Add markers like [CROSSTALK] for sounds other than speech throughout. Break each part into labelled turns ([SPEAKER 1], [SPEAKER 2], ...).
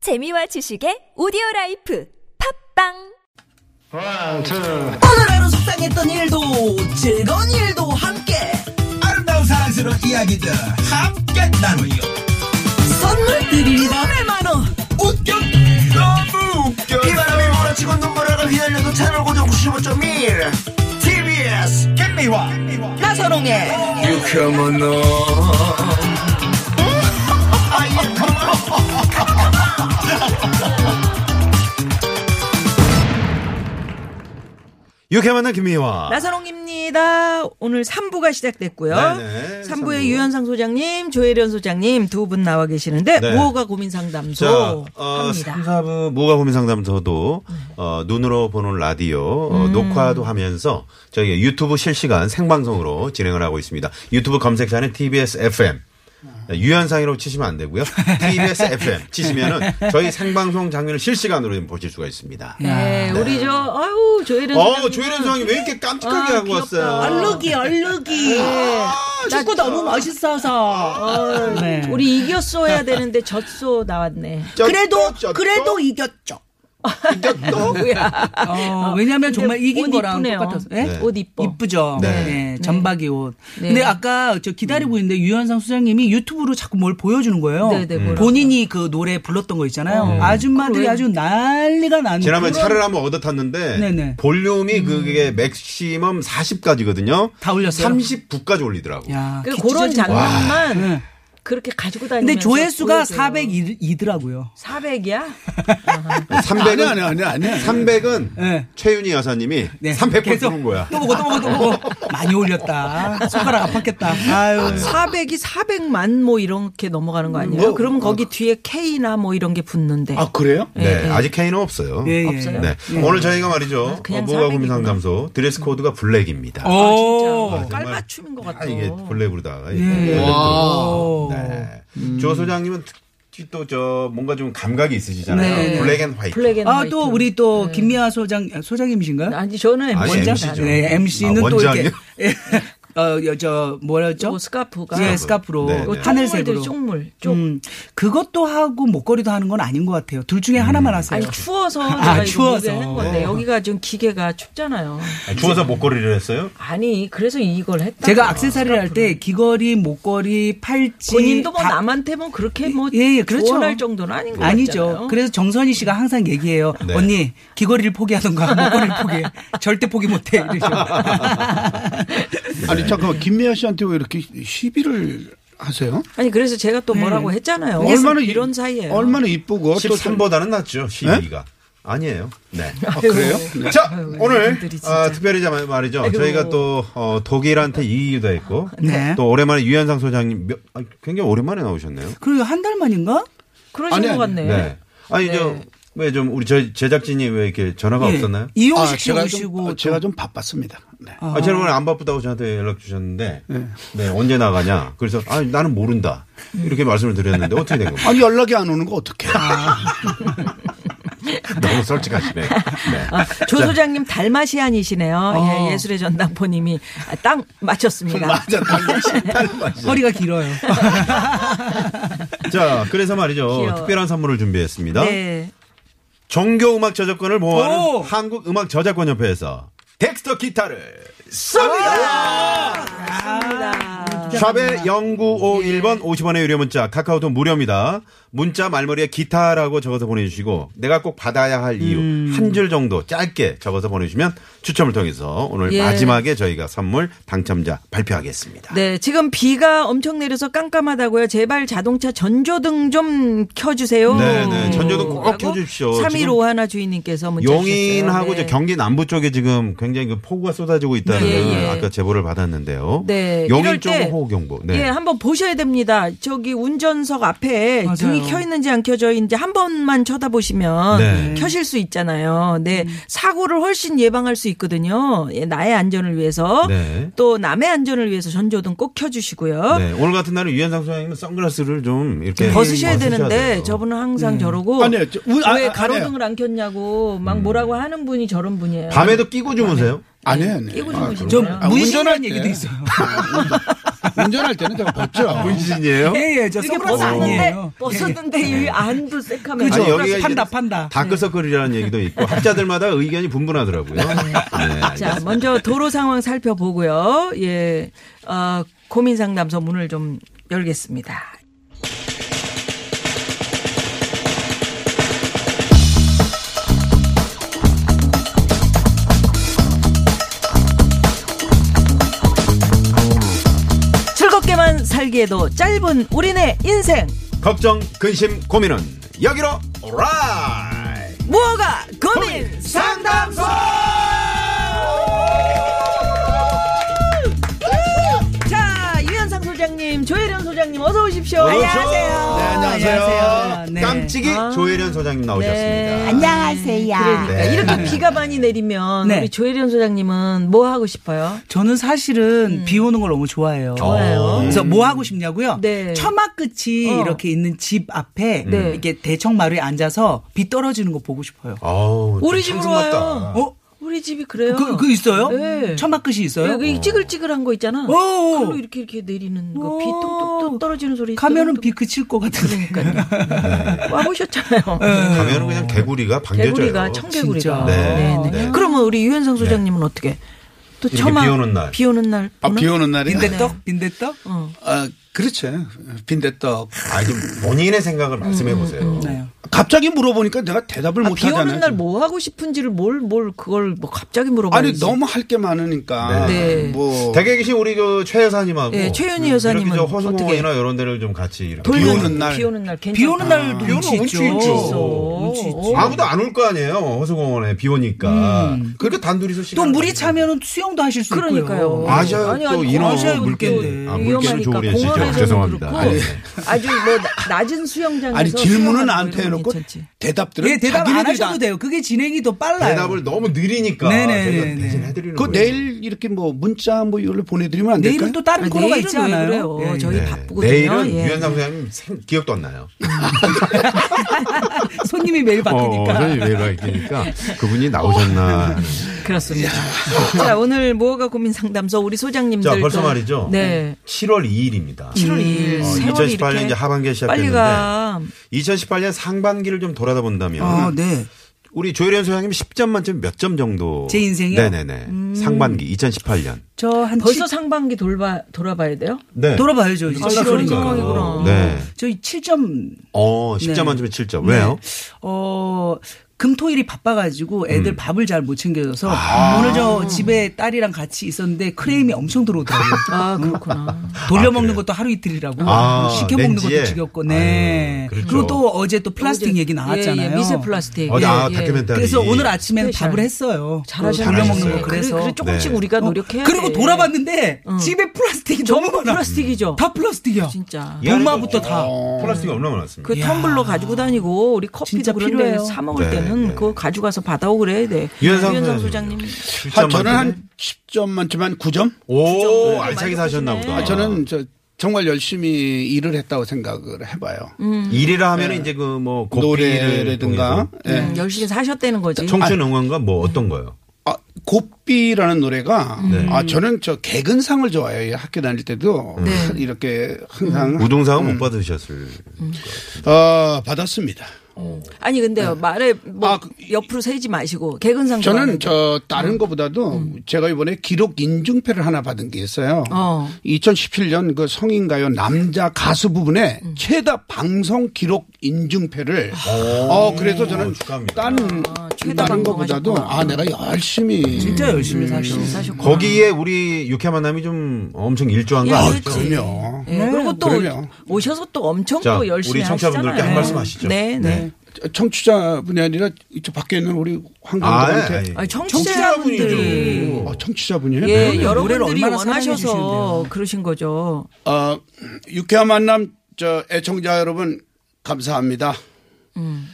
[SPEAKER 1] 재미와 지식의 오디오 라이프 팝빵
[SPEAKER 2] One, two.
[SPEAKER 3] 오늘 하루 속상했던 일도 즐거운 일도 함께
[SPEAKER 4] 아름다운 사랑스러운 이야기들 함께 나누요
[SPEAKER 3] 선물 드립니다 100만원
[SPEAKER 4] 웃겨 너무 웃겨
[SPEAKER 5] 바람이 몰아치고 눈물을 휘날려도 채널 고정 95.1 TBS
[SPEAKER 4] 김미화
[SPEAKER 3] 나선홍의
[SPEAKER 5] 유쾌한 너
[SPEAKER 6] 이렇게 만난 김미화.
[SPEAKER 3] 나선홍입니다 오늘 3부가 시작됐고요
[SPEAKER 6] 네네,
[SPEAKER 3] 3부의
[SPEAKER 6] 삼부.
[SPEAKER 3] 유현상 소장님 조혜련 소장님 두 분 나와 계시는데
[SPEAKER 6] 네.
[SPEAKER 3] 무허가 고민
[SPEAKER 6] 자,
[SPEAKER 3] 상담소
[SPEAKER 6] 어,
[SPEAKER 3] 합니다
[SPEAKER 6] 3,
[SPEAKER 3] 네.
[SPEAKER 6] 4부 무가 고민 상담소도 어, 눈으로 보는 라디오
[SPEAKER 3] 음.
[SPEAKER 6] 어, 녹화도 하면서 저희 유튜브 실시간 생방송으로 진행을 하고 있습니다. 유튜브 검색창에 TBS FM 유연상이라고 치시면 안 되고요. TBS FM 치시면은 저희 생방송 장면을 실시간으로 좀 보실 수가 있습니다.
[SPEAKER 3] 네, 우리 저 아유 조혜련
[SPEAKER 6] 어,
[SPEAKER 3] 소장님
[SPEAKER 6] 조혜련 상이 왜 이렇게 깜찍하게
[SPEAKER 3] 아,
[SPEAKER 6] 하고
[SPEAKER 3] 귀엽다.
[SPEAKER 6] 왔어요?
[SPEAKER 3] 얼룩이 얼룩이
[SPEAKER 6] 아,
[SPEAKER 3] 축구 너무 멋있어서 우리 이겼어야 되는데 졌어 나왔네
[SPEAKER 6] 쪘죠,
[SPEAKER 3] 그래도
[SPEAKER 6] 쪘죠.
[SPEAKER 3] 그래도 이겼죠
[SPEAKER 6] 진짜 또?
[SPEAKER 7] 어, 왜냐면 정말 이긴
[SPEAKER 3] 아, 옷
[SPEAKER 7] 거랑
[SPEAKER 3] 이쁘네요.
[SPEAKER 7] 똑같아서. 예?
[SPEAKER 6] 네.
[SPEAKER 3] 옷 이뻐.
[SPEAKER 7] 이쁘죠.
[SPEAKER 6] 네.
[SPEAKER 7] 네. 전박이 옷.
[SPEAKER 3] 네. 음.
[SPEAKER 7] 근데 아까 저 기다리고 있는데 유현상 수장님이 유튜브로 자꾸 뭘 보여주는 거예요.
[SPEAKER 3] 네, 네, 뭐라고요?
[SPEAKER 7] 본인이 그 노래 불렀던 거 있잖아요. 아줌마들이 아주 난리가 났는데.
[SPEAKER 6] 네. 지난번에 차를 한번 얻어 탔는데
[SPEAKER 7] 음, 네네.
[SPEAKER 6] 볼륨이 그게 맥시멈 40까지거든요.
[SPEAKER 7] 다 올렸어요?
[SPEAKER 6] 39까지 올리더라고. 요
[SPEAKER 7] 야,
[SPEAKER 3] 그
[SPEAKER 7] 기-
[SPEAKER 3] 그런 장면만
[SPEAKER 7] 네.
[SPEAKER 3] 그렇게 가지고 다니면서
[SPEAKER 7] 근데 조회수가
[SPEAKER 3] 보여줘요.
[SPEAKER 7] 402더라고요.
[SPEAKER 3] 400이야?
[SPEAKER 6] 300은
[SPEAKER 4] 아니, 아니, 아니, 아니.
[SPEAKER 6] 300은
[SPEAKER 7] 네.
[SPEAKER 6] 그러니까 최윤희 여사님이 300번
[SPEAKER 7] 계속
[SPEAKER 6] 쏘는 거야.
[SPEAKER 7] 또 보고 또 보고 또 보고. 많이 올렸다. 손가락 아팠겠다. 아유.
[SPEAKER 3] 400이 400만 뭐 이렇게 넘어가는 거 아니에요?
[SPEAKER 6] 뭐,
[SPEAKER 3] 그러면 거기 뒤에 K나 뭐 이런 게 붙는데.
[SPEAKER 4] 아 그래요?
[SPEAKER 6] 네, 아직 K는 없어요.
[SPEAKER 7] 예, 예.
[SPEAKER 3] 없어요?
[SPEAKER 6] 네. 오늘 저희가 말이죠.
[SPEAKER 3] 아, 그냥
[SPEAKER 6] 어, 뭐가
[SPEAKER 3] 400
[SPEAKER 6] 고민
[SPEAKER 3] 이구나.
[SPEAKER 6] 상담소 드레스 코드가 블랙입니다.
[SPEAKER 7] 어.
[SPEAKER 3] 아,
[SPEAKER 7] 오.
[SPEAKER 6] 정말.
[SPEAKER 3] 깔맞춤인 것
[SPEAKER 6] 아,
[SPEAKER 3] 같아.
[SPEAKER 6] 이게 블랙으로다가
[SPEAKER 7] 예. 오.
[SPEAKER 6] 네. 조 소장님은 특히 또 저 뭔가 좀 감각이 있으시잖아요.
[SPEAKER 7] 네.
[SPEAKER 6] 블랙 앤 화이트.
[SPEAKER 3] 블랙 앤
[SPEAKER 7] 아,
[SPEAKER 3] 화이트.
[SPEAKER 7] 또 우리 또 김미아 소장, 소장님이신가요?
[SPEAKER 3] 네. 아니 저는
[SPEAKER 6] 아니,
[SPEAKER 3] 원작
[SPEAKER 6] MC죠.
[SPEAKER 7] 네,
[SPEAKER 6] 아,
[SPEAKER 7] MC는 또
[SPEAKER 6] 원장이요?
[SPEAKER 7] 이렇게 예. [LAUGHS] 어, 여, 저 뭐였죠?
[SPEAKER 3] 요 스카프가
[SPEAKER 7] 예, 스카프로
[SPEAKER 6] 네, 네.
[SPEAKER 3] 요
[SPEAKER 7] 하늘색으로.
[SPEAKER 3] 쪽물 쪽
[SPEAKER 7] 음, 그것도 하고 목걸이도 하는 건 아닌 것 같아요. 둘 중에
[SPEAKER 6] 음.
[SPEAKER 7] 하나만 하세요.
[SPEAKER 3] 네. 아니 추워서 네. 내가 이거
[SPEAKER 7] 추워서.
[SPEAKER 3] 목에 한 건데 여기가 지금 기계가 춥잖아요.
[SPEAKER 6] 아, 주워서 목걸이를 했어요?
[SPEAKER 3] 아니 그래서 이걸 했다.
[SPEAKER 7] 제가 악세사리를 할 때 귀걸이, 목걸이, 팔찌
[SPEAKER 3] 본인도 뭐
[SPEAKER 7] 다-
[SPEAKER 3] 남한테 뭐 그렇게 뭐
[SPEAKER 7] 예, 예, 그렇죠.
[SPEAKER 3] 조언할 정도는 아닌 거
[SPEAKER 7] 아니죠. 그래서 정선희 씨가 항상 얘기해요.
[SPEAKER 6] 네. 언니,
[SPEAKER 7] 언니 귀걸이를 포기하던가 [LAUGHS] 목걸이를 포기해. 절대 포기 못해.
[SPEAKER 6] [LAUGHS]
[SPEAKER 4] 아니 잠깐만 김미아 씨한테 왜 이렇게 시비를 하세요?
[SPEAKER 3] 아니 그래서 제가 또 뭐라고 했잖아요. 얼마나
[SPEAKER 4] 얼마나 이-
[SPEAKER 3] 이런 사이에
[SPEAKER 4] 얼마나 이쁘고 또
[SPEAKER 6] 13보다는 낫죠. 12가. 아니에요. 네.
[SPEAKER 4] 네? 아, 그래요?
[SPEAKER 6] 자, 오늘
[SPEAKER 3] 이분들이 네. 진짜.
[SPEAKER 6] 아, 특별히 자, 말이죠.
[SPEAKER 3] 아이고.
[SPEAKER 6] 저희가 또 어, 독일한테 이기기도 했고
[SPEAKER 7] 네.
[SPEAKER 6] 또 오랜만에 유현상 소장님 몇- 아, 굉장히 오랜만에 나오셨네요.
[SPEAKER 7] 그리고 한 달 만인가?
[SPEAKER 3] 그러신
[SPEAKER 4] 아니,
[SPEAKER 3] 것
[SPEAKER 4] 아니,
[SPEAKER 3] 같네.
[SPEAKER 6] 네. 아니 저 왜 좀 우리 저희 제작진이 왜 이렇게 전화가
[SPEAKER 4] 예.
[SPEAKER 6] 없었나요?
[SPEAKER 7] 예. 이용식 씨
[SPEAKER 4] 제가
[SPEAKER 7] 오시고
[SPEAKER 4] 좀, 아, 제가 좀 바빴습니다. 네.
[SPEAKER 6] 아, 제가 오늘 안 바쁘다고 저한테 연락 주셨는데, 네, 언제 나가냐. 그래서, 아 나는 모른다. 이렇게 말씀을 드렸는데, 어떻게 된 겁니까? [LAUGHS]
[SPEAKER 4] 아니 연락이 안 오는 거 어떡해. [LAUGHS]
[SPEAKER 6] 너무 솔직하시네. 네.
[SPEAKER 3] 아, 조 소장님 달마시안이시네요. 예, 예술의 전당포님이 아, 딱 맞췄습니다.
[SPEAKER 6] 맞아, 당신 맞아. 네.
[SPEAKER 7] 허리가 길어요.
[SPEAKER 6] 자, 그래서 말이죠.
[SPEAKER 3] 귀여워.
[SPEAKER 6] 특별한 선물을 준비했습니다.
[SPEAKER 3] 네.
[SPEAKER 6] 종교 음악 저작권을 보호하는
[SPEAKER 7] 오!
[SPEAKER 6] 한국 음악 저작권 협회에서 덱스터 기타를
[SPEAKER 3] 아!
[SPEAKER 6] 쏩니다.
[SPEAKER 3] 맞습니다.
[SPEAKER 6] 샵에 0951번 50원의 유료 문자 카카오톡 무료입니다. 문자 말머리에 기타라고 적어서 보내주시고 내가 꼭 받아야 할 이유
[SPEAKER 3] 음.
[SPEAKER 6] 한 줄 정도 짧게 적어서 보내주시면 추첨을 통해서 오늘
[SPEAKER 3] 예.
[SPEAKER 6] 마지막에 저희가 선물 당첨자 발표하겠습니다.
[SPEAKER 3] 네, 지금 비가 엄청 내려서 깜깜하다고요. 제발 자동차 전조등 좀 켜주세요.
[SPEAKER 6] 네, 네, 전조등 꼭 켜주십시오.
[SPEAKER 3] 315 하나 주인님께서 문자
[SPEAKER 6] 용인하고
[SPEAKER 3] 주셨어요.
[SPEAKER 6] 저 경기 남부 쪽에 지금 굉장히 그 폭우가 쏟아지고 있다는
[SPEAKER 3] 네, 예.
[SPEAKER 6] 아까 제보를 받았는데요.
[SPEAKER 3] 네. 이럴
[SPEAKER 6] 용인 쪽
[SPEAKER 3] 때
[SPEAKER 6] 호우 경보.
[SPEAKER 3] 예,
[SPEAKER 6] 네.
[SPEAKER 3] 한번 보셔야 됩니다. 저기 운전석 앞에
[SPEAKER 7] 맞아요.
[SPEAKER 3] 등이 켜 있는지 안 켜져 있는지 한 번만 쳐다보시면
[SPEAKER 6] 네.
[SPEAKER 3] 켜실 수 있잖아요. 네.
[SPEAKER 7] 음.
[SPEAKER 3] 사고를 훨씬 예방할 수 있거든요. 예, 나의 안전을 위해서
[SPEAKER 6] 네.
[SPEAKER 3] 또 남의 안전을 위해서 전조등 꼭 켜주시고요.
[SPEAKER 6] 네, 오늘 같은 날은 유현상 소장님은 선글라스를 좀 이렇게
[SPEAKER 3] 벗으셔야
[SPEAKER 6] 돼요.
[SPEAKER 3] 되는데 저분은
[SPEAKER 7] 네.
[SPEAKER 3] 항상 저러고
[SPEAKER 4] 아니요, 저- 우- 아,
[SPEAKER 3] 왜
[SPEAKER 4] 아,
[SPEAKER 3] 가로등을 안 켰냐고 막
[SPEAKER 6] 음.
[SPEAKER 3] 뭐라고 하는 분이 저런 분이에요.
[SPEAKER 6] 밤에도 끼고 주무세요?
[SPEAKER 4] 아니에요. 네.
[SPEAKER 3] 끼고
[SPEAKER 4] 아,
[SPEAKER 3] 주무시는
[SPEAKER 7] 좀
[SPEAKER 3] 거예요.
[SPEAKER 4] 아,
[SPEAKER 7] 무의식한
[SPEAKER 4] 운전할 때.
[SPEAKER 7] 얘기도 있어요.
[SPEAKER 4] 아, 운전할 때는 제가 벗죠.
[SPEAKER 3] 네.
[SPEAKER 6] 문신이에요?
[SPEAKER 7] 예예 예. 저
[SPEAKER 3] 이게
[SPEAKER 7] 선글라스
[SPEAKER 3] 벗었는데
[SPEAKER 7] 아니에요.
[SPEAKER 3] 벗었는데 이 안도 새카매요.
[SPEAKER 7] 그죠?
[SPEAKER 6] 아니, 예. 여기가
[SPEAKER 7] 판다,
[SPEAKER 6] 이제
[SPEAKER 7] 판다.
[SPEAKER 3] 네.
[SPEAKER 6] 다크서클이라는 얘기도 있고 학자들마다 의견이 분분하더라고요. 네,
[SPEAKER 3] 자,
[SPEAKER 6] 알겠습니다.
[SPEAKER 3] 먼저 도로 상황 살펴보고요. 예, 어, 고민 상담소 문을 좀 열겠습니다. 즐겁게만 살기에도 짧은 우리네 인생
[SPEAKER 6] 걱정, 근심, 고민은 여기로 오라이.
[SPEAKER 3] 무허가 고민 상담소. 자 유현상 소장님, 조혜련 소장님 어서 오십시오.
[SPEAKER 6] 그렇죠? 네, 안녕하세요.
[SPEAKER 7] 안녕하세요. 네.
[SPEAKER 6] 깜찍이
[SPEAKER 3] 아.
[SPEAKER 6] 조혜련 소장님
[SPEAKER 3] 네,
[SPEAKER 6] 나오셨습니다.
[SPEAKER 8] 안녕하세요.
[SPEAKER 3] 그러니까
[SPEAKER 6] 네.
[SPEAKER 3] 이렇게 비가 많이 내리면
[SPEAKER 7] 네.
[SPEAKER 3] 우리 조혜련 소장님은 뭐 하고 싶어요?
[SPEAKER 7] 저는 사실은
[SPEAKER 3] 음.
[SPEAKER 7] 비 오는 걸 너무 좋아해요.
[SPEAKER 6] 좋아요.
[SPEAKER 7] 그래서 뭐 하고 싶냐고요?
[SPEAKER 3] 네.
[SPEAKER 7] 처마 끝이
[SPEAKER 3] 어.
[SPEAKER 7] 이렇게 있는 집 앞에
[SPEAKER 3] 네.
[SPEAKER 7] 이렇게 대청 마루에 앉아서 비 떨어지는 거 보고 싶어요.
[SPEAKER 6] 어우,
[SPEAKER 3] 우리
[SPEAKER 6] 참
[SPEAKER 3] 집으로
[SPEAKER 6] 상승맞다.
[SPEAKER 3] 와요.
[SPEAKER 7] 어?
[SPEAKER 3] 우리 집이 그래요.
[SPEAKER 7] 그, 그 있어요?
[SPEAKER 3] 네.
[SPEAKER 7] 처마 끝이 있어요?
[SPEAKER 3] 여기 찌글찌글한 거 있잖아.
[SPEAKER 7] 오.
[SPEAKER 3] 그걸로 이렇게 이렇게 내리는 거, 비
[SPEAKER 7] 오.
[SPEAKER 3] 뚝뚝뚝 떨어지는 소리.
[SPEAKER 7] 가면은 비
[SPEAKER 3] 뚝뚝뚝.
[SPEAKER 7] 그칠 것 같은데.
[SPEAKER 3] 와보셨잖아요. 네.
[SPEAKER 6] 가면은 그냥 개구리가 반겨져요.
[SPEAKER 3] 개구리가 청개구리가.
[SPEAKER 7] 진짜.
[SPEAKER 6] 네,
[SPEAKER 3] 네, 네.
[SPEAKER 6] 네.
[SPEAKER 3] 그러면 우리 유현상 소장님은 어떻게? 또
[SPEAKER 6] 이렇게
[SPEAKER 3] 처마
[SPEAKER 6] 비 오는 날.
[SPEAKER 3] 비 오는 날.
[SPEAKER 4] 아,
[SPEAKER 3] 보나?
[SPEAKER 4] 비 오는 날이.
[SPEAKER 7] [LAUGHS]
[SPEAKER 3] 네.
[SPEAKER 7] 빈대떡? 빈대떡?
[SPEAKER 3] 어.
[SPEAKER 4] 아, 그렇죠. 빈대떡.
[SPEAKER 6] 아니 좀 본인의 생각을
[SPEAKER 3] 음,
[SPEAKER 6] 말씀해 보세요.
[SPEAKER 7] 네.
[SPEAKER 4] 갑자기 물어보니까 내가 대답을
[SPEAKER 3] 아,
[SPEAKER 4] 못
[SPEAKER 3] 비
[SPEAKER 4] 하잖아요.
[SPEAKER 3] 오는 날 뭐 하고 싶은지를 뭘 뭘 그걸 뭐 갑자기 물어봐.
[SPEAKER 4] 아니, 너무 할 게 많으니까.
[SPEAKER 3] 네.
[SPEAKER 4] 뭐.
[SPEAKER 6] 댁에 계신 우리 그최 여사님하고
[SPEAKER 3] 예, 최윤희 여사님은
[SPEAKER 6] 이렇게 저
[SPEAKER 3] 어떻게?
[SPEAKER 6] 허수공원이나 이런 데를 좀 같이 이렇게
[SPEAKER 4] 돌면-
[SPEAKER 6] 비우는
[SPEAKER 4] 오는 날.
[SPEAKER 3] 비 오는 날 괜찮다.
[SPEAKER 7] 비 오는 날도
[SPEAKER 6] 비 오는
[SPEAKER 7] 운치
[SPEAKER 6] 운치 있죠.
[SPEAKER 7] 있죠.
[SPEAKER 3] 있죠.
[SPEAKER 6] 아무도 안 올 거 아니에요 허수공원에 비 오니까
[SPEAKER 3] 음.
[SPEAKER 6] 그렇게 단둘이서
[SPEAKER 7] 또
[SPEAKER 6] 시간을
[SPEAKER 7] 물이
[SPEAKER 6] 보내고.
[SPEAKER 7] 차면은 수영도 하실 수
[SPEAKER 3] 그러니까요.
[SPEAKER 7] 있고요. 어.
[SPEAKER 6] 아시아
[SPEAKER 3] 아니,
[SPEAKER 6] 또
[SPEAKER 3] 아니,
[SPEAKER 6] 인어
[SPEAKER 7] 아시아
[SPEAKER 6] 물개인데
[SPEAKER 7] 물개인데.
[SPEAKER 6] 아, 물개는
[SPEAKER 3] 위험하니까
[SPEAKER 6] 좋으리 시죠
[SPEAKER 3] 공원에서는
[SPEAKER 6] 죄송합니다.
[SPEAKER 3] 그렇고
[SPEAKER 6] 아니,
[SPEAKER 3] 아주 뭐 나- 낮은 수영장에서
[SPEAKER 4] 아니, 질문은
[SPEAKER 3] 수영하는
[SPEAKER 4] 나한테
[SPEAKER 3] 이런 건
[SPEAKER 4] 해놓고
[SPEAKER 3] 괜찮지.
[SPEAKER 4] 대답들은.
[SPEAKER 7] 예, 대답 안
[SPEAKER 4] 자기네들이
[SPEAKER 7] 하셔도
[SPEAKER 4] 다-
[SPEAKER 7] 돼요. 그게 진행이 더 빨라요.
[SPEAKER 6] 대답을 너무 느리니까
[SPEAKER 7] 네네네네.
[SPEAKER 6] 저희가 대신 해드리는
[SPEAKER 4] 그거
[SPEAKER 6] 거예요.
[SPEAKER 4] 내일 이렇게 뭐 문자 뭐 이걸로 보내드리면 안 될까요?
[SPEAKER 7] 내일은 또 다른
[SPEAKER 3] 아,
[SPEAKER 7] 코너가
[SPEAKER 3] 내일은
[SPEAKER 7] 있지
[SPEAKER 3] 왜
[SPEAKER 7] 않아요?
[SPEAKER 3] 그래요?
[SPEAKER 7] 예, 예.
[SPEAKER 3] 저희
[SPEAKER 6] 네.
[SPEAKER 3] 바쁘거든요.
[SPEAKER 6] 내일은
[SPEAKER 3] 예.
[SPEAKER 6] 유현상 소장님 생- 기억도 안 나요.
[SPEAKER 7] 손님이 매일 바뀌니까.
[SPEAKER 6] 매일 바뀌니까 그러니까 그분이 나오셨나.
[SPEAKER 3] 그렇습니다. [LAUGHS] 자, 오늘 무허가 고민 상담소 우리 소장님들
[SPEAKER 6] 자 벌써
[SPEAKER 3] 좀-
[SPEAKER 6] 말이죠.
[SPEAKER 3] 네.
[SPEAKER 6] 7월 2일입니다.
[SPEAKER 3] 7월 2일
[SPEAKER 6] 어,
[SPEAKER 3] 세월이
[SPEAKER 6] 2018년
[SPEAKER 3] 이렇게
[SPEAKER 6] 이제 하반기에
[SPEAKER 3] 빨리
[SPEAKER 6] 시작했는데
[SPEAKER 3] 가.
[SPEAKER 6] 2018년 상반기를 좀 돌아다 본다면
[SPEAKER 7] 네.
[SPEAKER 6] 우리 조혜련 소장님 10점 만점 몇 점 정도?
[SPEAKER 7] 제 인생이요?
[SPEAKER 6] 네네네. 상반기 2018년.
[SPEAKER 7] 저한
[SPEAKER 3] 벌써 상반기 돌봐 돌아봐야 돼요?
[SPEAKER 6] 네.
[SPEAKER 7] 돌아봐야죠. 이제
[SPEAKER 3] 아,
[SPEAKER 7] 칠월이니까.
[SPEAKER 3] 그런 상황이구나.
[SPEAKER 6] 네.
[SPEAKER 7] 저희 7점
[SPEAKER 6] 어, 10점
[SPEAKER 7] 네.
[SPEAKER 6] 만점에 7점. 왜요?
[SPEAKER 7] 어 금토일이 바빠가지고 애들
[SPEAKER 6] 음.
[SPEAKER 7] 밥을 잘 못 챙겨줘서
[SPEAKER 6] 아.
[SPEAKER 7] 오늘 저 집에 딸이랑 같이 있었는데 크레임이 엄청 들어오더라고요.
[SPEAKER 6] [LAUGHS]
[SPEAKER 3] 아, 그렇구나.
[SPEAKER 7] 돌려 먹는 것도 하루 이틀이라고
[SPEAKER 6] 아,
[SPEAKER 7] 시켜 먹는
[SPEAKER 6] 렌즈에?
[SPEAKER 7] 것도 지겹고 네.
[SPEAKER 6] 아유,
[SPEAKER 7] 그
[SPEAKER 6] 그렇죠.
[SPEAKER 7] 리고또 어제 또 플라스틱
[SPEAKER 3] 어제-
[SPEAKER 7] 얘기 나왔잖아요.
[SPEAKER 3] 예, 예, 미세 플라스틱.
[SPEAKER 6] 어제
[SPEAKER 3] 예,
[SPEAKER 6] 아,
[SPEAKER 3] 예.
[SPEAKER 6] 다큐멘터리.
[SPEAKER 7] 그래서 오늘 아침에는
[SPEAKER 3] 스페셜.
[SPEAKER 7] 밥을 했어요.
[SPEAKER 3] 잘하셨어요.
[SPEAKER 7] 돌려 먹는
[SPEAKER 6] 잘하셨어요.
[SPEAKER 7] 거 그래서
[SPEAKER 3] 그래, 그래 조금씩
[SPEAKER 6] 네.
[SPEAKER 3] 우리가
[SPEAKER 7] 어,
[SPEAKER 3] 노력해야
[SPEAKER 7] 그리고
[SPEAKER 3] 돼.
[SPEAKER 7] 돌아봤는데 집에 플라스틱이 너무
[SPEAKER 3] 전부
[SPEAKER 7] 많아.
[SPEAKER 3] 플라스틱이죠.
[SPEAKER 7] 다 음. 플라스틱이야.
[SPEAKER 3] 진짜.
[SPEAKER 6] 이 안에
[SPEAKER 7] 엄마부터 다.
[SPEAKER 6] 어, 플라스틱이 얼마나 많았습니까?
[SPEAKER 3] 그 텀블러 가지고 다니고 우리
[SPEAKER 7] 진짜
[SPEAKER 3] 커피도 그런데
[SPEAKER 7] 필요해요.
[SPEAKER 3] 사 먹을
[SPEAKER 6] 네,
[SPEAKER 3] 때는
[SPEAKER 6] 네.
[SPEAKER 3] 그거 가져가서 받아오고 그래야 돼.
[SPEAKER 6] 유현상
[SPEAKER 3] 소장님.
[SPEAKER 4] 한, 아, 저는 한 10점 만점에 한 9점?
[SPEAKER 6] 오, 알차게 사셨나 보다.
[SPEAKER 4] 아, 저는 저 정말 열심히 일을 했다고 생각을 해봐요.
[SPEAKER 6] 음. 일이라 하면 은 이제 그 뭐 고삐를
[SPEAKER 4] 네. 노래라든가. 아.
[SPEAKER 6] 통해서.
[SPEAKER 4] 예.
[SPEAKER 3] 음, 열심히 사셨다는 거지.
[SPEAKER 6] 청춘 응원가 뭐 어떤 거요?
[SPEAKER 4] 아, 곱비라는 노래가
[SPEAKER 6] 네.
[SPEAKER 4] 아 저는 저 개근상을 좋아해요. 학교 다닐 때도
[SPEAKER 3] 네.
[SPEAKER 4] 이렇게 항상
[SPEAKER 6] 우동상은 못 받으셨을.
[SPEAKER 4] 어, 받았습니다.
[SPEAKER 3] 아니 근데 말에 뭐
[SPEAKER 4] 아, 그-
[SPEAKER 3] 옆으로 세지 마시고 개근상
[SPEAKER 4] 저는
[SPEAKER 3] 좋아하는데.
[SPEAKER 4] 저 다른 것보다도 제가 이번에 기록 인증패를 하나 받은 게 있어요.
[SPEAKER 3] 어.
[SPEAKER 4] 2017년 그 성인가요 남자 가수 부분에
[SPEAKER 3] 음.
[SPEAKER 4] 최다 방송 기록 인증패를 어 그래서 저는
[SPEAKER 6] 축하합니다.
[SPEAKER 4] 다른
[SPEAKER 3] 아, 최다
[SPEAKER 4] 다른 것보다도
[SPEAKER 3] 방송하셨구나.
[SPEAKER 4] 아 내가 열심히
[SPEAKER 7] 진짜
[SPEAKER 6] 음.
[SPEAKER 7] 열심히 사셨어요.
[SPEAKER 3] 사셨구나.
[SPEAKER 6] 거기에 우리 육회 만남이 좀 엄청 일조한 거
[SPEAKER 3] 예,
[SPEAKER 6] 아니죠?
[SPEAKER 3] 그렇지.
[SPEAKER 4] 그럼요.
[SPEAKER 3] 예, 그리고 또
[SPEAKER 4] 그럼요.
[SPEAKER 3] 오셔서 또 엄청
[SPEAKER 6] 자,
[SPEAKER 3] 또 열심히
[SPEAKER 6] 우리 청취자분들께
[SPEAKER 3] 하시잖아요.
[SPEAKER 6] 한 말씀 하시죠.
[SPEAKER 3] 네, 네.
[SPEAKER 4] 청취자분이 아니라 이쪽 밖에 있는 우리 황감독한테
[SPEAKER 6] 아, 예, 예.
[SPEAKER 3] 아니, 청취자분들이
[SPEAKER 4] 어, 청취자분이에요?
[SPEAKER 3] 예,
[SPEAKER 4] 네.
[SPEAKER 7] 노래를
[SPEAKER 3] 여러분들이
[SPEAKER 7] 얼마나 사랑해
[SPEAKER 3] 원하셔서
[SPEAKER 7] 주시는데요.
[SPEAKER 3] 그러신 거죠.
[SPEAKER 4] 어, 유쾌한 만남 저 애청자 여러분 감사합니다.
[SPEAKER 3] 음.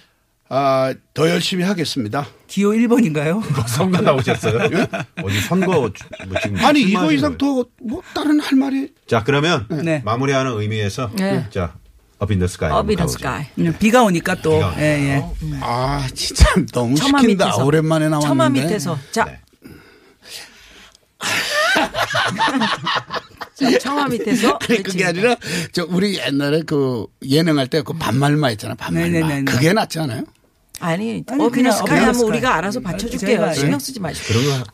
[SPEAKER 4] 아, 더 열심히 하겠습니다.
[SPEAKER 7] 기호 1번인가요?
[SPEAKER 6] 선거 나오셨어요? 어디 선거 주- 뭐 지금
[SPEAKER 4] 네. 아니
[SPEAKER 6] 출마하시는
[SPEAKER 4] 이거 이상
[SPEAKER 6] 거예요?
[SPEAKER 4] 더 뭐 다른 할 말이
[SPEAKER 6] 자 그러면
[SPEAKER 7] 네.
[SPEAKER 6] 마무리하는 의미에서
[SPEAKER 3] 네.
[SPEAKER 6] 자 업인 더 스카이
[SPEAKER 3] Up in the
[SPEAKER 6] 가보죠.
[SPEAKER 3] sky.
[SPEAKER 7] 비가 오니까 또.
[SPEAKER 6] 비가 오니까.
[SPEAKER 7] 예, 예.
[SPEAKER 4] 아 진짜 너무
[SPEAKER 3] 네. 처마
[SPEAKER 4] 시킨다.
[SPEAKER 3] 밑에서.
[SPEAKER 4] 오랜만에 나왔는데.
[SPEAKER 3] 처마 [LAUGHS] 밑에서. 자,
[SPEAKER 6] 네.
[SPEAKER 3] 자, 청아 밑에서
[SPEAKER 4] 아니, 그게
[SPEAKER 3] 외칩니다.
[SPEAKER 4] 아니라 저 우리 옛날에 그 예능할 때
[SPEAKER 3] 음.
[SPEAKER 4] 그 반말마 있잖아 반말마
[SPEAKER 7] 네네네네.
[SPEAKER 4] 그게 낫지 않아요?
[SPEAKER 3] 아니,
[SPEAKER 7] 아니,
[SPEAKER 3] 어, 그냥
[SPEAKER 7] 그냥
[SPEAKER 3] 스카이 하면
[SPEAKER 7] 스카이.
[SPEAKER 3] 우리가 알아서 받쳐줄게요.
[SPEAKER 7] 제가-
[SPEAKER 3] 신경 쓰지 마시고.
[SPEAKER 6] 그런 거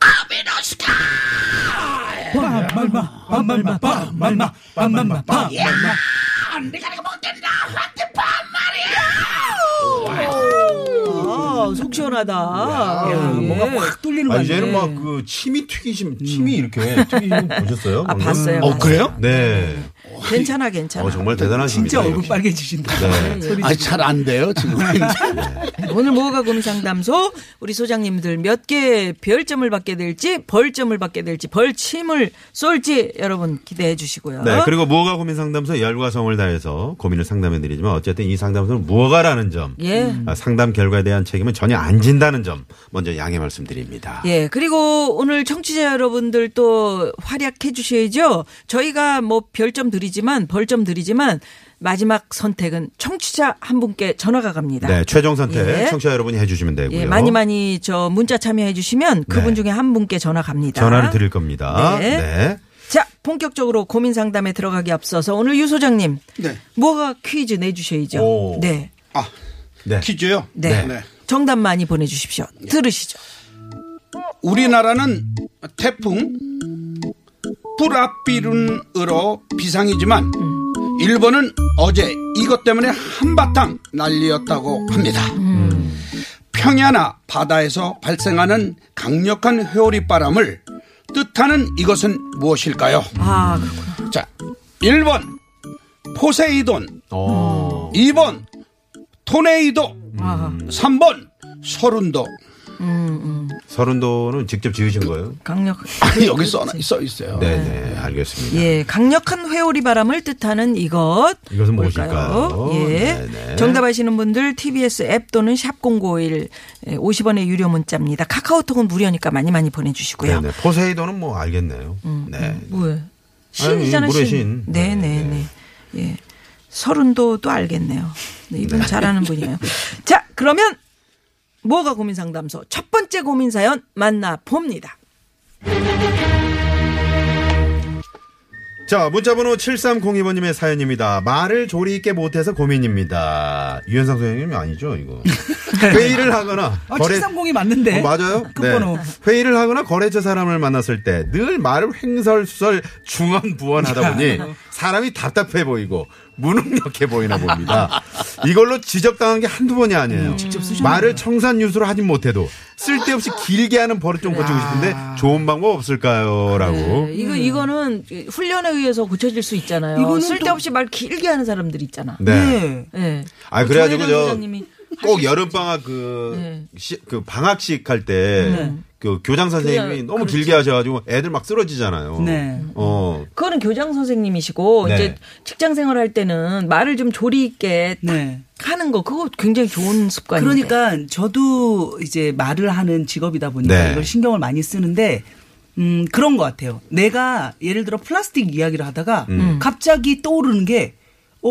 [SPEAKER 7] 반말마 반말마 반말마 반말마
[SPEAKER 3] 아, 속 시원하다. 야,
[SPEAKER 7] 뭔가
[SPEAKER 3] 예.
[SPEAKER 7] 확 뚫리는
[SPEAKER 6] 아,
[SPEAKER 7] 거 같네.
[SPEAKER 6] 이제는 막 그 침이 튀기심, 침이 이렇게 튀기심 보셨어요?
[SPEAKER 3] 아,
[SPEAKER 6] 방금?
[SPEAKER 3] 봤어요. 네.
[SPEAKER 4] 어 그래요?
[SPEAKER 6] 네.
[SPEAKER 3] 괜찮아, 괜찮아.
[SPEAKER 6] 어, 정말 대단하십니다.
[SPEAKER 7] 진짜 얼굴
[SPEAKER 6] 역시.
[SPEAKER 7] 빨개지신다.
[SPEAKER 6] 네.
[SPEAKER 7] 소리
[SPEAKER 4] 아니 잘 안 돼요 지금
[SPEAKER 3] 네, 오늘 뭐가 고민상담소 우리 소장님들 몇 개 별점을 받게 될지 벌점을 받게 될지 벌침을 쏠지 여러분 기대해 주시고요.
[SPEAKER 6] 네, 그리고 무허가 고민 상담소 열과 성을 다해서 고민을 상담해 드리지만 어쨌든 이 상담소는 무허가라는 점,
[SPEAKER 3] 예.
[SPEAKER 6] 아, 상담 결과에 대한 책임은 전혀 안 진다는 점 먼저 양해 말씀드립니다.
[SPEAKER 3] 예, 그리고 오늘 청취자 여러분들 또 활약해 주셔야죠. 저희가 뭐 별점 드리지만 벌점 드리지만 마지막 선택은 청취자 한 분께 전화가 갑니다.
[SPEAKER 6] 네, 최종 선택
[SPEAKER 3] 예.
[SPEAKER 6] 청취자 여러분이 해주시면 되고요.
[SPEAKER 3] 예, 많이 많이 저 문자 참여해 주시면 그분
[SPEAKER 6] 네.
[SPEAKER 3] 중에 한 분께 전화 갑니다.
[SPEAKER 6] 전화를 드릴 겁니다.
[SPEAKER 3] 네. 자, 본격적으로 고민 상담에 들어가기 앞서서 오늘 유 소장님.
[SPEAKER 4] 네.
[SPEAKER 3] 뭐가 퀴즈 내주셔야죠.
[SPEAKER 6] 오.
[SPEAKER 3] 네.
[SPEAKER 4] 아
[SPEAKER 6] 네.
[SPEAKER 4] 퀴즈요?
[SPEAKER 3] 네. 정답 많이 보내주십시오. 들으시죠.
[SPEAKER 4] 우리나라는 태풍 뿌라삐룬으로 비상이지만
[SPEAKER 3] 음.
[SPEAKER 4] 일본은 어제 이것 때문에 한바탕 난리였다고 합니다.
[SPEAKER 3] 음.
[SPEAKER 4] 평야나 바다에서 발생하는 강력한 회오리 바람을 뜻하는 이것은 무엇일까요?
[SPEAKER 6] 음.
[SPEAKER 3] 아, 그렇구나.
[SPEAKER 4] 자, 1번 포세이돈,
[SPEAKER 3] 음.
[SPEAKER 6] 어.
[SPEAKER 4] 2번 토네이도,
[SPEAKER 3] 아,
[SPEAKER 4] 3번 서른도.
[SPEAKER 6] 서른도는 직접 지으신 거예요?
[SPEAKER 3] 강력.
[SPEAKER 4] 아니 여기 써, 써 있어요.
[SPEAKER 6] 네, 네, 알겠습니다.
[SPEAKER 3] 예, 강력한 회오리 바람을 뜻하는 이것.
[SPEAKER 6] 이것은
[SPEAKER 3] 뭘까요?
[SPEAKER 6] 무엇일까요?
[SPEAKER 3] 예.
[SPEAKER 6] 네네.
[SPEAKER 3] 정답 아시는 분들 TBS 앱 또는 샵0951 예, 50원의 유료 문자입니다. 카카오톡은 무료니까 많이 많이 보내주시고요. 음.
[SPEAKER 6] 네네. 포세이돈은 뭐 알겠네요. 네.
[SPEAKER 3] 뭐예요? 신이잖아,
[SPEAKER 6] 물의
[SPEAKER 3] 신.
[SPEAKER 6] 신.
[SPEAKER 3] 네,
[SPEAKER 6] 네,
[SPEAKER 3] 네, 네. 예. 서른도도 알겠네요. 네, 이분 잘하는
[SPEAKER 6] [LAUGHS]
[SPEAKER 3] 분이에요. 자, 그러면 뭐가 고민 상담소 첫 번째 고민 사연 만나 봅니다.
[SPEAKER 6] 자, 문자번호 7302번님의 사연입니다. 말을 조리 있게 못해서 고민입니다. 유현상 소장님이
[SPEAKER 7] [LAUGHS]
[SPEAKER 6] 아니죠, 이거. 회의를 하거나.
[SPEAKER 7] 아, 730이 맞는데. 그
[SPEAKER 6] 어, 맞아요?
[SPEAKER 7] 끝번호.
[SPEAKER 6] 회의를 하거나 거래처 사람을 만났을 때 늘 말을 횡설수설 중언부언하다 보니 사람이 답답해 보이고 무능력해 보이나 봅니다. 이걸로 지적당한 게 한두 번이 아니에요.
[SPEAKER 7] 음.
[SPEAKER 6] 말을 청산유수로 하진 못해도 쓸데없이 길게 하는 버릇 좀 고치고 싶은데 좋은 방법 없을까요? 라고.
[SPEAKER 3] 네, 이거 이거는 훈련에 의해서 고쳐질 수 있잖아요.
[SPEAKER 7] 이거는
[SPEAKER 3] 쓸데없이 말 길게 하는 사람들 있잖아.
[SPEAKER 6] 네.
[SPEAKER 3] 예.
[SPEAKER 6] 아 그래가지고
[SPEAKER 3] 정혜정 소장님이
[SPEAKER 6] 저 꼭 여름 방학 그, 시- 그 방학식 할 때 그 교장 선생님이
[SPEAKER 3] 그냥-
[SPEAKER 6] 너무 길게 하셔가지고 애들 막 쓰러지잖아요.
[SPEAKER 7] 네.
[SPEAKER 6] 어.
[SPEAKER 3] 그거는 교장 선생님이시고
[SPEAKER 6] 네.
[SPEAKER 3] 이제 직장 생활할 때는 말을 좀 조리 있게 딱
[SPEAKER 7] 네.
[SPEAKER 3] 하는 거 그거 굉장히 좋은 습관인데.
[SPEAKER 7] 그러니까 저도 이제 말을 하는 직업이다 보니까
[SPEAKER 6] 네.
[SPEAKER 7] 이걸 신경을 많이 쓰는데 음 그런 것 같아요. 내가 예를 들어 플라스틱 이야기를 하다가
[SPEAKER 6] 음.
[SPEAKER 7] 갑자기 떠오르는 게어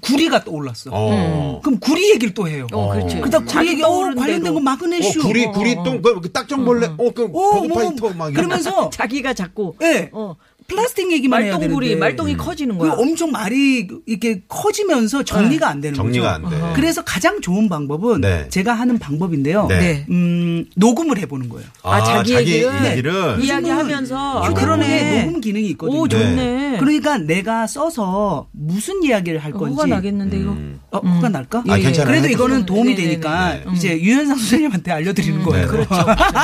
[SPEAKER 7] 구리가 떠올랐어.
[SPEAKER 6] 어.
[SPEAKER 7] 그럼 구리 얘기를 또 해요.
[SPEAKER 3] 어, 그렇지.
[SPEAKER 7] 그다 구리 얘기 어,
[SPEAKER 3] 떠오른
[SPEAKER 7] 관련된
[SPEAKER 3] 대로.
[SPEAKER 7] 거 마그네슘.
[SPEAKER 6] 어, 구리, 구리 똥, 그, 그 딱정벌레, 어, 그,
[SPEAKER 7] 오,
[SPEAKER 6] 버그파이터
[SPEAKER 7] 뭐,
[SPEAKER 6] 막 이런.
[SPEAKER 7] 그러면서
[SPEAKER 3] 자기가 자꾸
[SPEAKER 7] 예.
[SPEAKER 3] 어.
[SPEAKER 7] 플라스틱 얘기만 해야
[SPEAKER 3] 말똥구리
[SPEAKER 7] 되는데.
[SPEAKER 3] 말똥이 커지는 거야. 네.
[SPEAKER 7] 그 엄청 말이 이렇게 커지면서 정리가 안 되는
[SPEAKER 6] 정리가
[SPEAKER 7] 거죠.
[SPEAKER 6] 안
[SPEAKER 3] 어.
[SPEAKER 6] 돼.
[SPEAKER 7] 그래서 가장 좋은 방법은
[SPEAKER 6] 네.
[SPEAKER 7] 제가 하는 방법인데요.
[SPEAKER 6] 네.
[SPEAKER 3] 네.
[SPEAKER 7] 음, 녹음을 해보는 거예요.
[SPEAKER 3] 아, 자기 얘기를? 네.
[SPEAKER 6] 얘기를.
[SPEAKER 3] 이야기하면서 아,
[SPEAKER 7] 휴대폰에
[SPEAKER 3] 그러네.
[SPEAKER 7] 녹음 기능이 있거든요.
[SPEAKER 3] 오 좋네.
[SPEAKER 7] 그러니까 내가 써서 무슨 이야기를 할 건지
[SPEAKER 3] 어, 호가 나겠는데 이거.
[SPEAKER 7] 어, 호가 날까?
[SPEAKER 6] 아, 괜찮아요.
[SPEAKER 7] 그래도 이거는 도움이
[SPEAKER 3] 네네네. 음. 그렇죠.
[SPEAKER 7] 되니까 이제 유현상 선생님한테 알려드리는 거예요.
[SPEAKER 6] 네.
[SPEAKER 7] [LAUGHS]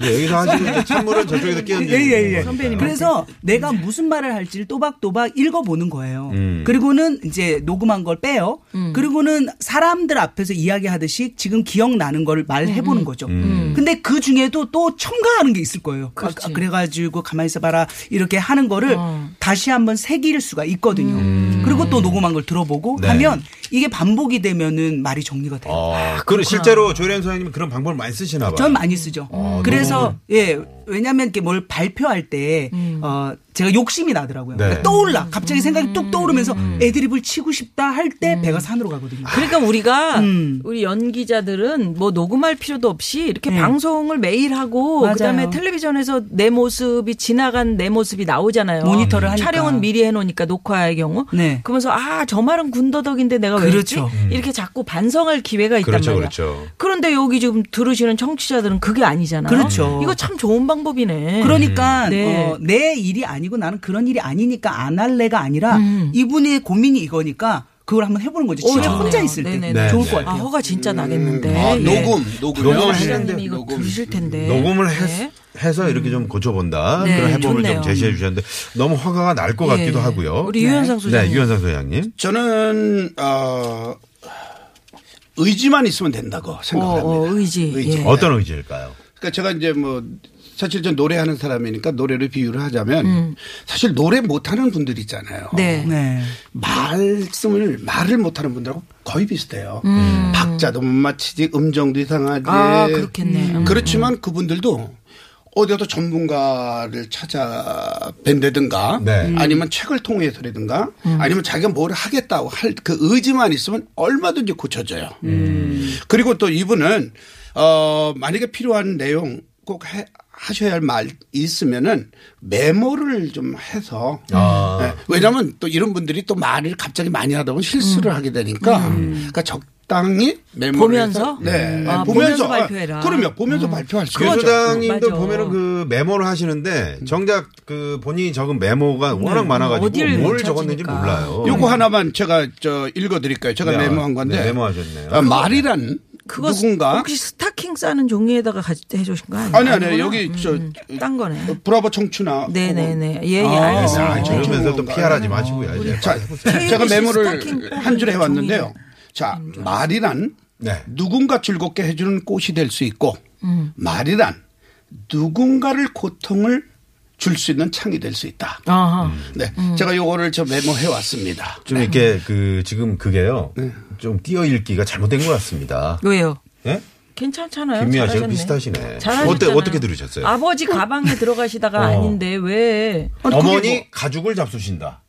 [SPEAKER 6] 네, 여기서 하시는 이제 찬물은 저쪽에다 끼얹는.
[SPEAKER 7] 예, 예, 예.
[SPEAKER 6] 선배님.
[SPEAKER 7] 그래서 내가 무슨 말을 할지를 또박또박 읽어보는 거예요.
[SPEAKER 6] 음.
[SPEAKER 7] 그리고는 이제 녹음한 걸 빼요. 그리고는 사람들 앞에서 이야기하듯이 지금 기억나는 걸
[SPEAKER 6] 음.
[SPEAKER 7] 말해보는 거죠. 근데 그 중에도 또 첨가하는 게 있을 거예요. 아, 아, 그래가지고 가만히 있어봐라. 이렇게 하는 거를
[SPEAKER 6] 어.
[SPEAKER 7] 다시 한번 새길 수가 있거든요. 그리고 또 녹음한 걸 들어보고
[SPEAKER 6] 네.
[SPEAKER 7] 하면 이게 반복이 되면은 말이 정리가 돼요.
[SPEAKER 6] 어, 그리고 실제로 조혜련 소장님은 그런 방법을 많이 쓰시나 봐요.
[SPEAKER 3] 음.
[SPEAKER 7] 전 많이 쓰죠. 그래서 예 왜냐하면 이렇게 뭘 발표할 때 어, 제가 욕심이 나더라고요.
[SPEAKER 6] 네.
[SPEAKER 7] 그러니까 떠올라. 갑자기 생각이
[SPEAKER 3] 음.
[SPEAKER 7] 뚝 떠오르면서 애드립을 치고 싶다 할 때 배가 산으로 가거든요.
[SPEAKER 3] 그러니까 우리가
[SPEAKER 7] 음.
[SPEAKER 3] 우리 연기자들은 뭐 녹음할 필요도 없이 이렇게
[SPEAKER 7] 네.
[SPEAKER 3] 방송을 매일 하고
[SPEAKER 7] 맞아요.
[SPEAKER 3] 그다음에 텔레비전에서 내 모습이 지나간 내 모습이 나오잖아요.
[SPEAKER 7] 모니터를 하니까.
[SPEAKER 3] 촬영은 미리 해놓으니까 녹화의 경우.
[SPEAKER 7] 네.
[SPEAKER 3] 그러면서 아 저 말은 군더더기인데 내가 왜
[SPEAKER 7] 그렇죠.
[SPEAKER 3] 했지? 이렇게 자꾸 반성할 기회가 있단
[SPEAKER 6] 음. 그렇죠,
[SPEAKER 3] 말이야.
[SPEAKER 6] 그렇죠.
[SPEAKER 3] 런데 여기 지금 들으시는 청취자들은 그게 아니잖아요.
[SPEAKER 7] 그렇죠.
[SPEAKER 3] 이거 참 좋은 방법이네.
[SPEAKER 7] 그러니까
[SPEAKER 3] 네.
[SPEAKER 7] 어, 내 일이 아니고 나는 그런 일이 아니니까 안 할래가 아니라 이분의 고민이 이거니까 그걸 한번 해보는 거죠. 집에
[SPEAKER 3] 음. 어, 좋네요.
[SPEAKER 7] 어, 혼자 있을 때
[SPEAKER 3] 네네네.
[SPEAKER 7] 좋을
[SPEAKER 6] 네.
[SPEAKER 7] 것
[SPEAKER 3] 아
[SPEAKER 7] 같아요.
[SPEAKER 3] 허가 진짜 나겠는데.
[SPEAKER 4] 아,
[SPEAKER 3] 예.
[SPEAKER 4] 녹음, 녹음.
[SPEAKER 6] 녹음을 해야
[SPEAKER 3] 시장님
[SPEAKER 6] 돼요.
[SPEAKER 3] 이거
[SPEAKER 4] 녹음.
[SPEAKER 3] 들으실 텐데.
[SPEAKER 6] 녹음을 했-
[SPEAKER 3] 네.
[SPEAKER 6] 해서 이렇게 좀 고쳐본다
[SPEAKER 3] 네,
[SPEAKER 6] 그런 해법을
[SPEAKER 3] 좋네요.
[SPEAKER 6] 좀 제시해 주셨는데 너무 화가 날 것 같기도
[SPEAKER 3] 예.
[SPEAKER 6] 하고요.
[SPEAKER 3] 우리 유현상 소장님.
[SPEAKER 6] 네, 유현상 소장님.
[SPEAKER 4] 저는 어, 의지만 있으면 된다고 생각합니다.
[SPEAKER 3] 어, 어, 의지. 예.
[SPEAKER 6] 어떤 의지일까요?
[SPEAKER 4] 그러니까 제가 이제 뭐 사실 저 노래하는 사람이니까 노래를 비유를 하자면 사실 노래 못하는 분들 있잖아요.
[SPEAKER 3] 음. 네.
[SPEAKER 7] 네.
[SPEAKER 4] 말씀을 말을 못하는 분들하고 거의 비슷해요. 박자도 못 맞히지 음정도 이상하지.
[SPEAKER 3] 음. 아, 그렇겠네. 음.
[SPEAKER 4] 그렇지만 그분들도 어디서 전문가를 찾아뵌다든가
[SPEAKER 6] 네. 음.
[SPEAKER 4] 아니면 책을 통해서라든가
[SPEAKER 3] 음.
[SPEAKER 4] 아니면 자기가 뭘 하겠다고 할 그 의지만 있으면 얼마든지 고쳐져요.
[SPEAKER 3] 음.
[SPEAKER 4] 그리고 또 이분은 어 만약에 필요한 내용 꼭 해- 하셔야 할 말 있으면은 메모를 좀 해서
[SPEAKER 6] 아.
[SPEAKER 4] 네. 왜냐하면 또 이런 분들이 또 말을 갑자기 많이 하다 보면 실수를
[SPEAKER 6] 음.
[SPEAKER 4] 하게 되니까 그러니까 적당히 메모를
[SPEAKER 3] 보면서?
[SPEAKER 4] 해서
[SPEAKER 6] 음.
[SPEAKER 4] 네
[SPEAKER 3] 아, 보면서 발표해라. 음.
[SPEAKER 4] 그럼요 보면서 발표할 수
[SPEAKER 6] 그렇죠.
[SPEAKER 4] 있죠.
[SPEAKER 6] 교수장님도
[SPEAKER 3] 맞아.
[SPEAKER 6] 보면은 그 메모를 하시는데 정작 그 본인이 적은 메모가 워낙
[SPEAKER 3] 네. 어디를
[SPEAKER 6] 많아가지고 뭘
[SPEAKER 3] 못
[SPEAKER 6] 적었는지
[SPEAKER 3] 찾으니까.
[SPEAKER 6] 몰라요.
[SPEAKER 4] 요거 하나만 제가 저 읽어드릴까요? 제가
[SPEAKER 6] 네,
[SPEAKER 4] 메모한 건데
[SPEAKER 6] 음. 네, 메모하셨네요.
[SPEAKER 4] 아, 말이란
[SPEAKER 3] 그거
[SPEAKER 4] 누군가
[SPEAKER 3] 혹시 스타킹 싸는 종이에다가 가- 해주신 거 아니에요?
[SPEAKER 4] 아니 아니
[SPEAKER 3] 아니구나. 음,
[SPEAKER 4] 여기 저
[SPEAKER 3] 딴 거네.
[SPEAKER 4] 어, 브라보 청춘아
[SPEAKER 6] 어,
[SPEAKER 3] 네네네. 예, 예,
[SPEAKER 4] 아,
[SPEAKER 3] 알겠습니다.
[SPEAKER 4] 아,
[SPEAKER 3] 네.
[SPEAKER 6] 그러면서 또
[SPEAKER 4] 네.
[SPEAKER 6] 피하라지 마시고요. 이제
[SPEAKER 4] 자,
[SPEAKER 3] 해보세요.
[SPEAKER 4] 제가
[SPEAKER 3] KBC
[SPEAKER 4] 메모를
[SPEAKER 3] 스타킹
[SPEAKER 4] 한 줄 해왔는데요.
[SPEAKER 3] 종이에.
[SPEAKER 4] 자, 말이란
[SPEAKER 6] 네.
[SPEAKER 4] 누군가 즐겁게 해주는 꽃이 될 수 있고,
[SPEAKER 3] 음.
[SPEAKER 4] 말이란 누군가를 고통을 줄 수 있는 창이 될 수 있다.
[SPEAKER 3] 아하.
[SPEAKER 6] 음.
[SPEAKER 4] 네,
[SPEAKER 3] 음.
[SPEAKER 4] 제가 요거를 저 메모해 왔습니다.
[SPEAKER 6] 좀 이렇게 그 지금 그게요. 좀 띄어 읽기가 잘못된 것 같습니다.
[SPEAKER 3] 왜요?
[SPEAKER 6] 예?
[SPEAKER 3] 괜찮잖아요.
[SPEAKER 6] 김미아 씨랑
[SPEAKER 3] 잘하셨네.
[SPEAKER 6] 비슷하시네.
[SPEAKER 3] 잘하셨잖아요.
[SPEAKER 6] 어때- 어떻게 들으셨어요?
[SPEAKER 3] 아버지 가방에 들어가시다가
[SPEAKER 6] 어.
[SPEAKER 3] 아닌데 왜?
[SPEAKER 6] 어머니 가죽을 잡수신다.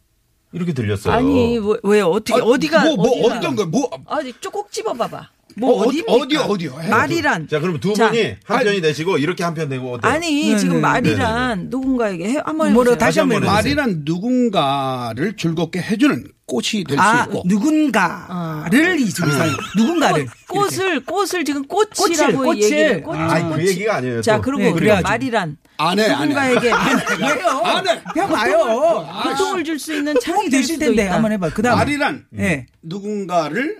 [SPEAKER 6] 이렇게 들렸어요.
[SPEAKER 3] 뭐- 아니 뭐- 왜 어떻게
[SPEAKER 4] 아,
[SPEAKER 3] 어디가
[SPEAKER 4] 뭐, 뭐
[SPEAKER 3] 어디가?
[SPEAKER 4] 어떤 거, 뭐,
[SPEAKER 3] 아니 쪼꼭 집어봐봐.
[SPEAKER 6] 네.
[SPEAKER 4] 어,
[SPEAKER 3] 뭐
[SPEAKER 4] 어,
[SPEAKER 3] 어, 디입니까
[SPEAKER 4] 어디요, 어디요? 해요.
[SPEAKER 3] 말이란.
[SPEAKER 6] 자, 그럼 두
[SPEAKER 3] 자,
[SPEAKER 6] 분이 한 편이 되시고 이렇게 한 편 되고 어때요?
[SPEAKER 3] 아니 지금
[SPEAKER 6] 네,
[SPEAKER 3] 말이란 누군가에게 해, 한번
[SPEAKER 7] 뭐라
[SPEAKER 3] 해보세요.
[SPEAKER 7] 다시 한번
[SPEAKER 6] 해보세요.
[SPEAKER 4] 말이란 누군가를 즐겁게 해주는 꽃이 될 수
[SPEAKER 7] 아,
[SPEAKER 4] 있고,
[SPEAKER 7] 누군가를 이 세상에 누군가를
[SPEAKER 3] 어. 꽃을 꽃을 지금 꽃이라고
[SPEAKER 7] 꽃을, 꽃을.
[SPEAKER 3] 얘기를 꽃
[SPEAKER 6] 아, 그 얘기가 아니에요,
[SPEAKER 3] 자
[SPEAKER 6] 또.
[SPEAKER 3] 그리고
[SPEAKER 6] 네,
[SPEAKER 3] 우리가
[SPEAKER 6] 그래가지고.
[SPEAKER 3] 말이란
[SPEAKER 4] 안 해, 안 해.
[SPEAKER 3] 누군가에게
[SPEAKER 7] 왜요?
[SPEAKER 4] 안 해.
[SPEAKER 7] 그냥 봐요.
[SPEAKER 3] 고통을 줄 수 있는 창이
[SPEAKER 7] 창이
[SPEAKER 3] 될
[SPEAKER 7] 되실
[SPEAKER 3] 수도
[SPEAKER 7] 텐데
[SPEAKER 3] 있다.
[SPEAKER 7] 한번 해봐. 그다음
[SPEAKER 4] 말이란
[SPEAKER 3] 네.
[SPEAKER 7] 예.
[SPEAKER 4] 누군가를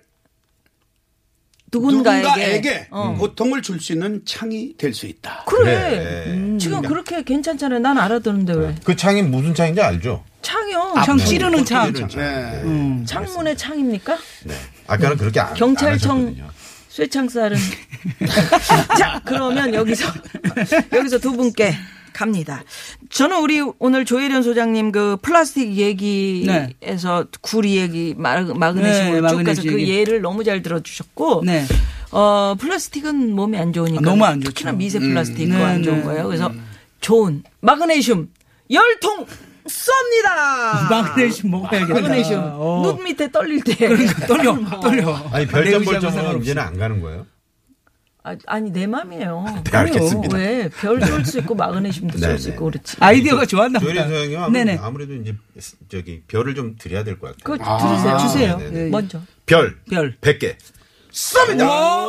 [SPEAKER 3] 누군가에게, 어.
[SPEAKER 4] 고통을 줄 수 있는 창이 될 수 있다.
[SPEAKER 3] 그래.
[SPEAKER 6] 그래.
[SPEAKER 3] 지금 그렇게 괜찮잖아요. 난 알아듣는데 왜?
[SPEAKER 6] 그 창이 무슨 창인지 알죠?
[SPEAKER 3] 창이요.
[SPEAKER 6] 아,
[SPEAKER 7] 창
[SPEAKER 6] 뭐,
[SPEAKER 3] 네.
[SPEAKER 7] 찌르는 창.
[SPEAKER 6] 이런 창.
[SPEAKER 4] 네.
[SPEAKER 3] 창문의 창입니까?
[SPEAKER 6] 네. 아까는 그렇게 안, 안
[SPEAKER 3] 경찰청
[SPEAKER 6] 하셨거든요.
[SPEAKER 7] [LAUGHS]
[SPEAKER 3] 쇠창살은. 자, 그러면 여기서, 여기서 두 분께 갑니다. 저는 우리 오늘 조혜련 소장님 그 플라스틱 얘기에서 구리 얘기, 마- 마그네슘으로
[SPEAKER 7] 네,
[SPEAKER 3] 쭉 가서
[SPEAKER 7] 마그네슘
[SPEAKER 3] 그
[SPEAKER 7] 얘기.
[SPEAKER 3] 예를 너무 잘 들어주셨고.
[SPEAKER 7] 네.
[SPEAKER 3] 어, 플라스틱은 몸에 안 좋으니까.
[SPEAKER 7] 아, 너무 안
[SPEAKER 3] 특히나
[SPEAKER 7] 좋죠.
[SPEAKER 3] 미세 플라스틱
[SPEAKER 7] 음.
[SPEAKER 3] 그거 안
[SPEAKER 7] 네,
[SPEAKER 3] 좋은
[SPEAKER 7] 네.
[SPEAKER 3] 거예요. 그래서 좋은 마그네슘 열통
[SPEAKER 6] 아.
[SPEAKER 3] 쏩니다.
[SPEAKER 7] 마그네슘 먹어야겠다.
[SPEAKER 3] 마그네슘.
[SPEAKER 7] 어. 그러니까
[SPEAKER 3] 눈 밑에 떨릴 때.
[SPEAKER 7] 떨려 떨려.
[SPEAKER 6] 아니, 별점 벌점은 이제는 안 가는 거예요?
[SPEAKER 3] 아, 아니 내 맘이에요.
[SPEAKER 6] 네, 알겠습니다. 네.
[SPEAKER 3] 왜? 별 쏠 수 있고 마그네슘도 쏠 수 있고 그렇지.
[SPEAKER 7] 아이디어가 좋았나
[SPEAKER 6] 그러니까 조혜린
[SPEAKER 7] 보다.
[SPEAKER 6] 소장님
[SPEAKER 7] 네네.
[SPEAKER 6] 아무래도, 아무래도 이제 저기 별을 좀 드려야 될 것 같아요.
[SPEAKER 3] 그거 들으세요. 주세요. 예,
[SPEAKER 6] 네, 네.
[SPEAKER 3] 먼저.
[SPEAKER 6] 별.
[SPEAKER 7] 별.
[SPEAKER 6] 100개.
[SPEAKER 7] 와,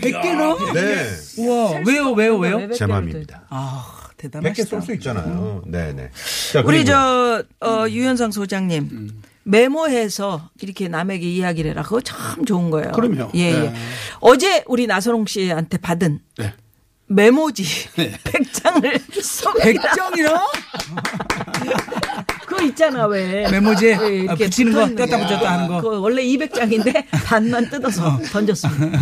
[SPEAKER 7] 100개나?
[SPEAKER 6] 네.
[SPEAKER 7] 와, 왜요, 왜요,
[SPEAKER 3] 네,
[SPEAKER 7] 왜요?
[SPEAKER 6] 제 맘입니다.
[SPEAKER 7] 아,
[SPEAKER 6] 100개
[SPEAKER 7] 대단하시다.
[SPEAKER 6] 쏠 수 있잖아요. 네네. 자,
[SPEAKER 3] 우리
[SPEAKER 6] 그리고-
[SPEAKER 3] 저 어, 유현상 소장님
[SPEAKER 7] 음.
[SPEAKER 3] 메모해서 이렇게 남에게 이야기를 해라. 그거 참 좋은 거예요.
[SPEAKER 4] 그럼요.
[SPEAKER 3] 예, 예.
[SPEAKER 4] 네.
[SPEAKER 3] 어제 우리 나선홍 씨한테 받은
[SPEAKER 4] 네.
[SPEAKER 3] 메모지
[SPEAKER 7] 네.
[SPEAKER 3] [LAUGHS] 100장을 쏩니다.
[SPEAKER 7] 100점이요?
[SPEAKER 3] 그거 있잖아 왜.
[SPEAKER 7] 메모지에
[SPEAKER 3] 예,
[SPEAKER 7] 아, 붙이는 거,
[SPEAKER 3] 붙어있는
[SPEAKER 7] 떴다 붙였다 하는 거.
[SPEAKER 3] 그거 원래 200장인데 [LAUGHS] 반만 뜯어서 던졌습니다.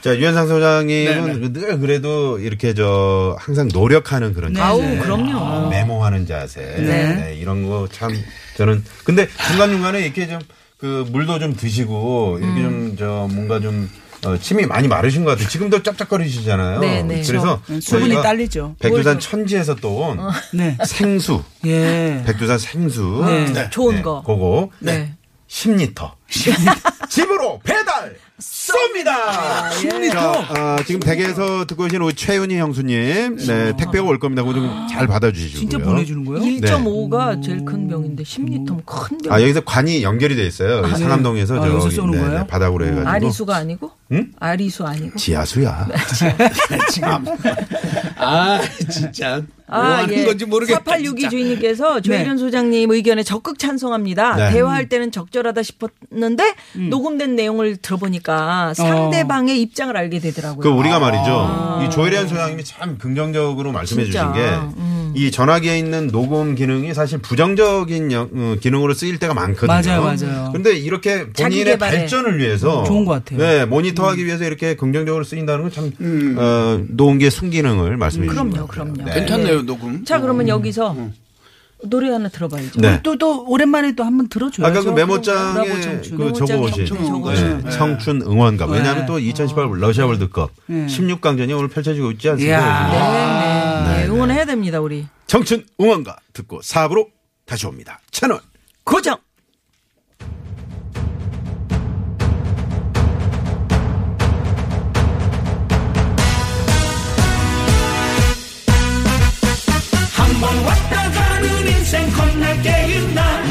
[SPEAKER 6] 자, 유현상 소장님은 늘 그래도 이렇게 저 항상 노력하는 그런
[SPEAKER 7] 네,
[SPEAKER 6] 자세.
[SPEAKER 3] 아우, 그럼요.
[SPEAKER 6] 아, 메모하는 자세. 네. 이런 거 참 저는 근데 중간중간에 이렇게 좀 그 물도 좀 드시고 이렇게 좀 저 뭔가 좀 어, 침이 많이 마르신 것 같아요. 지금도 짭짭거리시잖아요.
[SPEAKER 3] 네, 네.
[SPEAKER 6] 그래서
[SPEAKER 7] 그렇죠. 수분이
[SPEAKER 6] 저희가
[SPEAKER 7] 딸리죠.
[SPEAKER 6] 백두산 천지에서 또 온
[SPEAKER 7] 네.
[SPEAKER 6] 생수,
[SPEAKER 7] 예.
[SPEAKER 6] 백두산 생수,
[SPEAKER 7] 네.
[SPEAKER 4] 네.
[SPEAKER 3] 좋은
[SPEAKER 6] 네,
[SPEAKER 3] 거.
[SPEAKER 6] 그거
[SPEAKER 3] 네.
[SPEAKER 6] 10리터 집으로 배달 쏩니다.
[SPEAKER 7] 심리터.
[SPEAKER 6] 아, 지금 댁에서 듣고 계신 우리 최윤희 형수님, 네, 택배가 올 겁니다. 그거 좀 잘 받아주시고요.
[SPEAKER 7] 아. 진짜 보내주는 거예요?
[SPEAKER 4] 네.
[SPEAKER 3] 1.5가 제일 큰 병인데 10리터면 큰 병.
[SPEAKER 6] 아,
[SPEAKER 4] 예.
[SPEAKER 6] 여기서 관이 연결이 돼 있어요. 이 상암동에서
[SPEAKER 7] 아, 여기서
[SPEAKER 6] 저기
[SPEAKER 7] 쏘는
[SPEAKER 6] 네,
[SPEAKER 7] 거예요?
[SPEAKER 6] 네, 바닥으로 해가지고.
[SPEAKER 3] 아리수가
[SPEAKER 4] 뭐.
[SPEAKER 3] 아니고? 아리수 아니고?
[SPEAKER 7] 네.
[SPEAKER 6] 지하수야.
[SPEAKER 4] 참. 아, 진짜. 뭐 하는 건지 모르겠다. 네.
[SPEAKER 3] 4862 아, 예. 주인님께서 조혜련 소장님 의견에 적극 찬성합니다.
[SPEAKER 6] 네.
[SPEAKER 3] 대화할 때는 적절하다 싶었는데 녹음된 내용을 들어보니까 상대방의 입장을 알게 되더라고요.
[SPEAKER 6] 그
[SPEAKER 7] 아.
[SPEAKER 6] 우리가 말이죠. 이 조혜련 소장님이 참 긍정적으로 말씀해 주신
[SPEAKER 3] 진짜.
[SPEAKER 6] 게,
[SPEAKER 7] 음.
[SPEAKER 6] 이 전화기에 있는 녹음 기능이 사실 부정적인 영- 어, 기능으로 쓰일 때가 많거든요.
[SPEAKER 7] 맞아요, 맞아요. 음,
[SPEAKER 6] 근데 이렇게
[SPEAKER 3] 자기
[SPEAKER 6] 본인의
[SPEAKER 3] 개발에.
[SPEAKER 6] 발전을 위해서
[SPEAKER 7] 좋은 것 같아요.
[SPEAKER 6] 네, 모니터하기 위해서 이렇게 긍정적으로 쓰인다는 건 참 어, 노은기의 순기능을 말씀해 주신 거예요.
[SPEAKER 3] 그럼요, 그럼요.
[SPEAKER 6] 네.
[SPEAKER 4] 괜찮네요, 녹음. 음.
[SPEAKER 3] 자, 그러면 여기서 노래 하나 들어봐야죠.
[SPEAKER 6] 네.
[SPEAKER 7] 또, 또, 오랜만에 또 한번 들어줘야죠.
[SPEAKER 6] 아까 그 메모장에
[SPEAKER 7] 브라보 청춘.
[SPEAKER 6] 그
[SPEAKER 3] 메모장에
[SPEAKER 6] 적어 오신
[SPEAKER 3] 청춘 적어
[SPEAKER 6] 네, 청춘 응원가.
[SPEAKER 7] 네.
[SPEAKER 6] 왜냐하면 또 2018 러시아 월드컵
[SPEAKER 7] 네.
[SPEAKER 6] 16강전이 오늘 펼쳐지고 있지 않습니까?
[SPEAKER 7] 이야.
[SPEAKER 6] 요즘?
[SPEAKER 3] 네,
[SPEAKER 4] 아,
[SPEAKER 3] 네. 응원해야 됩니다, 우리.
[SPEAKER 6] 청춘 응원가 듣고 4부로 다시 옵니다. 채널
[SPEAKER 3] 고정!
[SPEAKER 8] 한 번 왔다 가는 인생 겁날 게 있나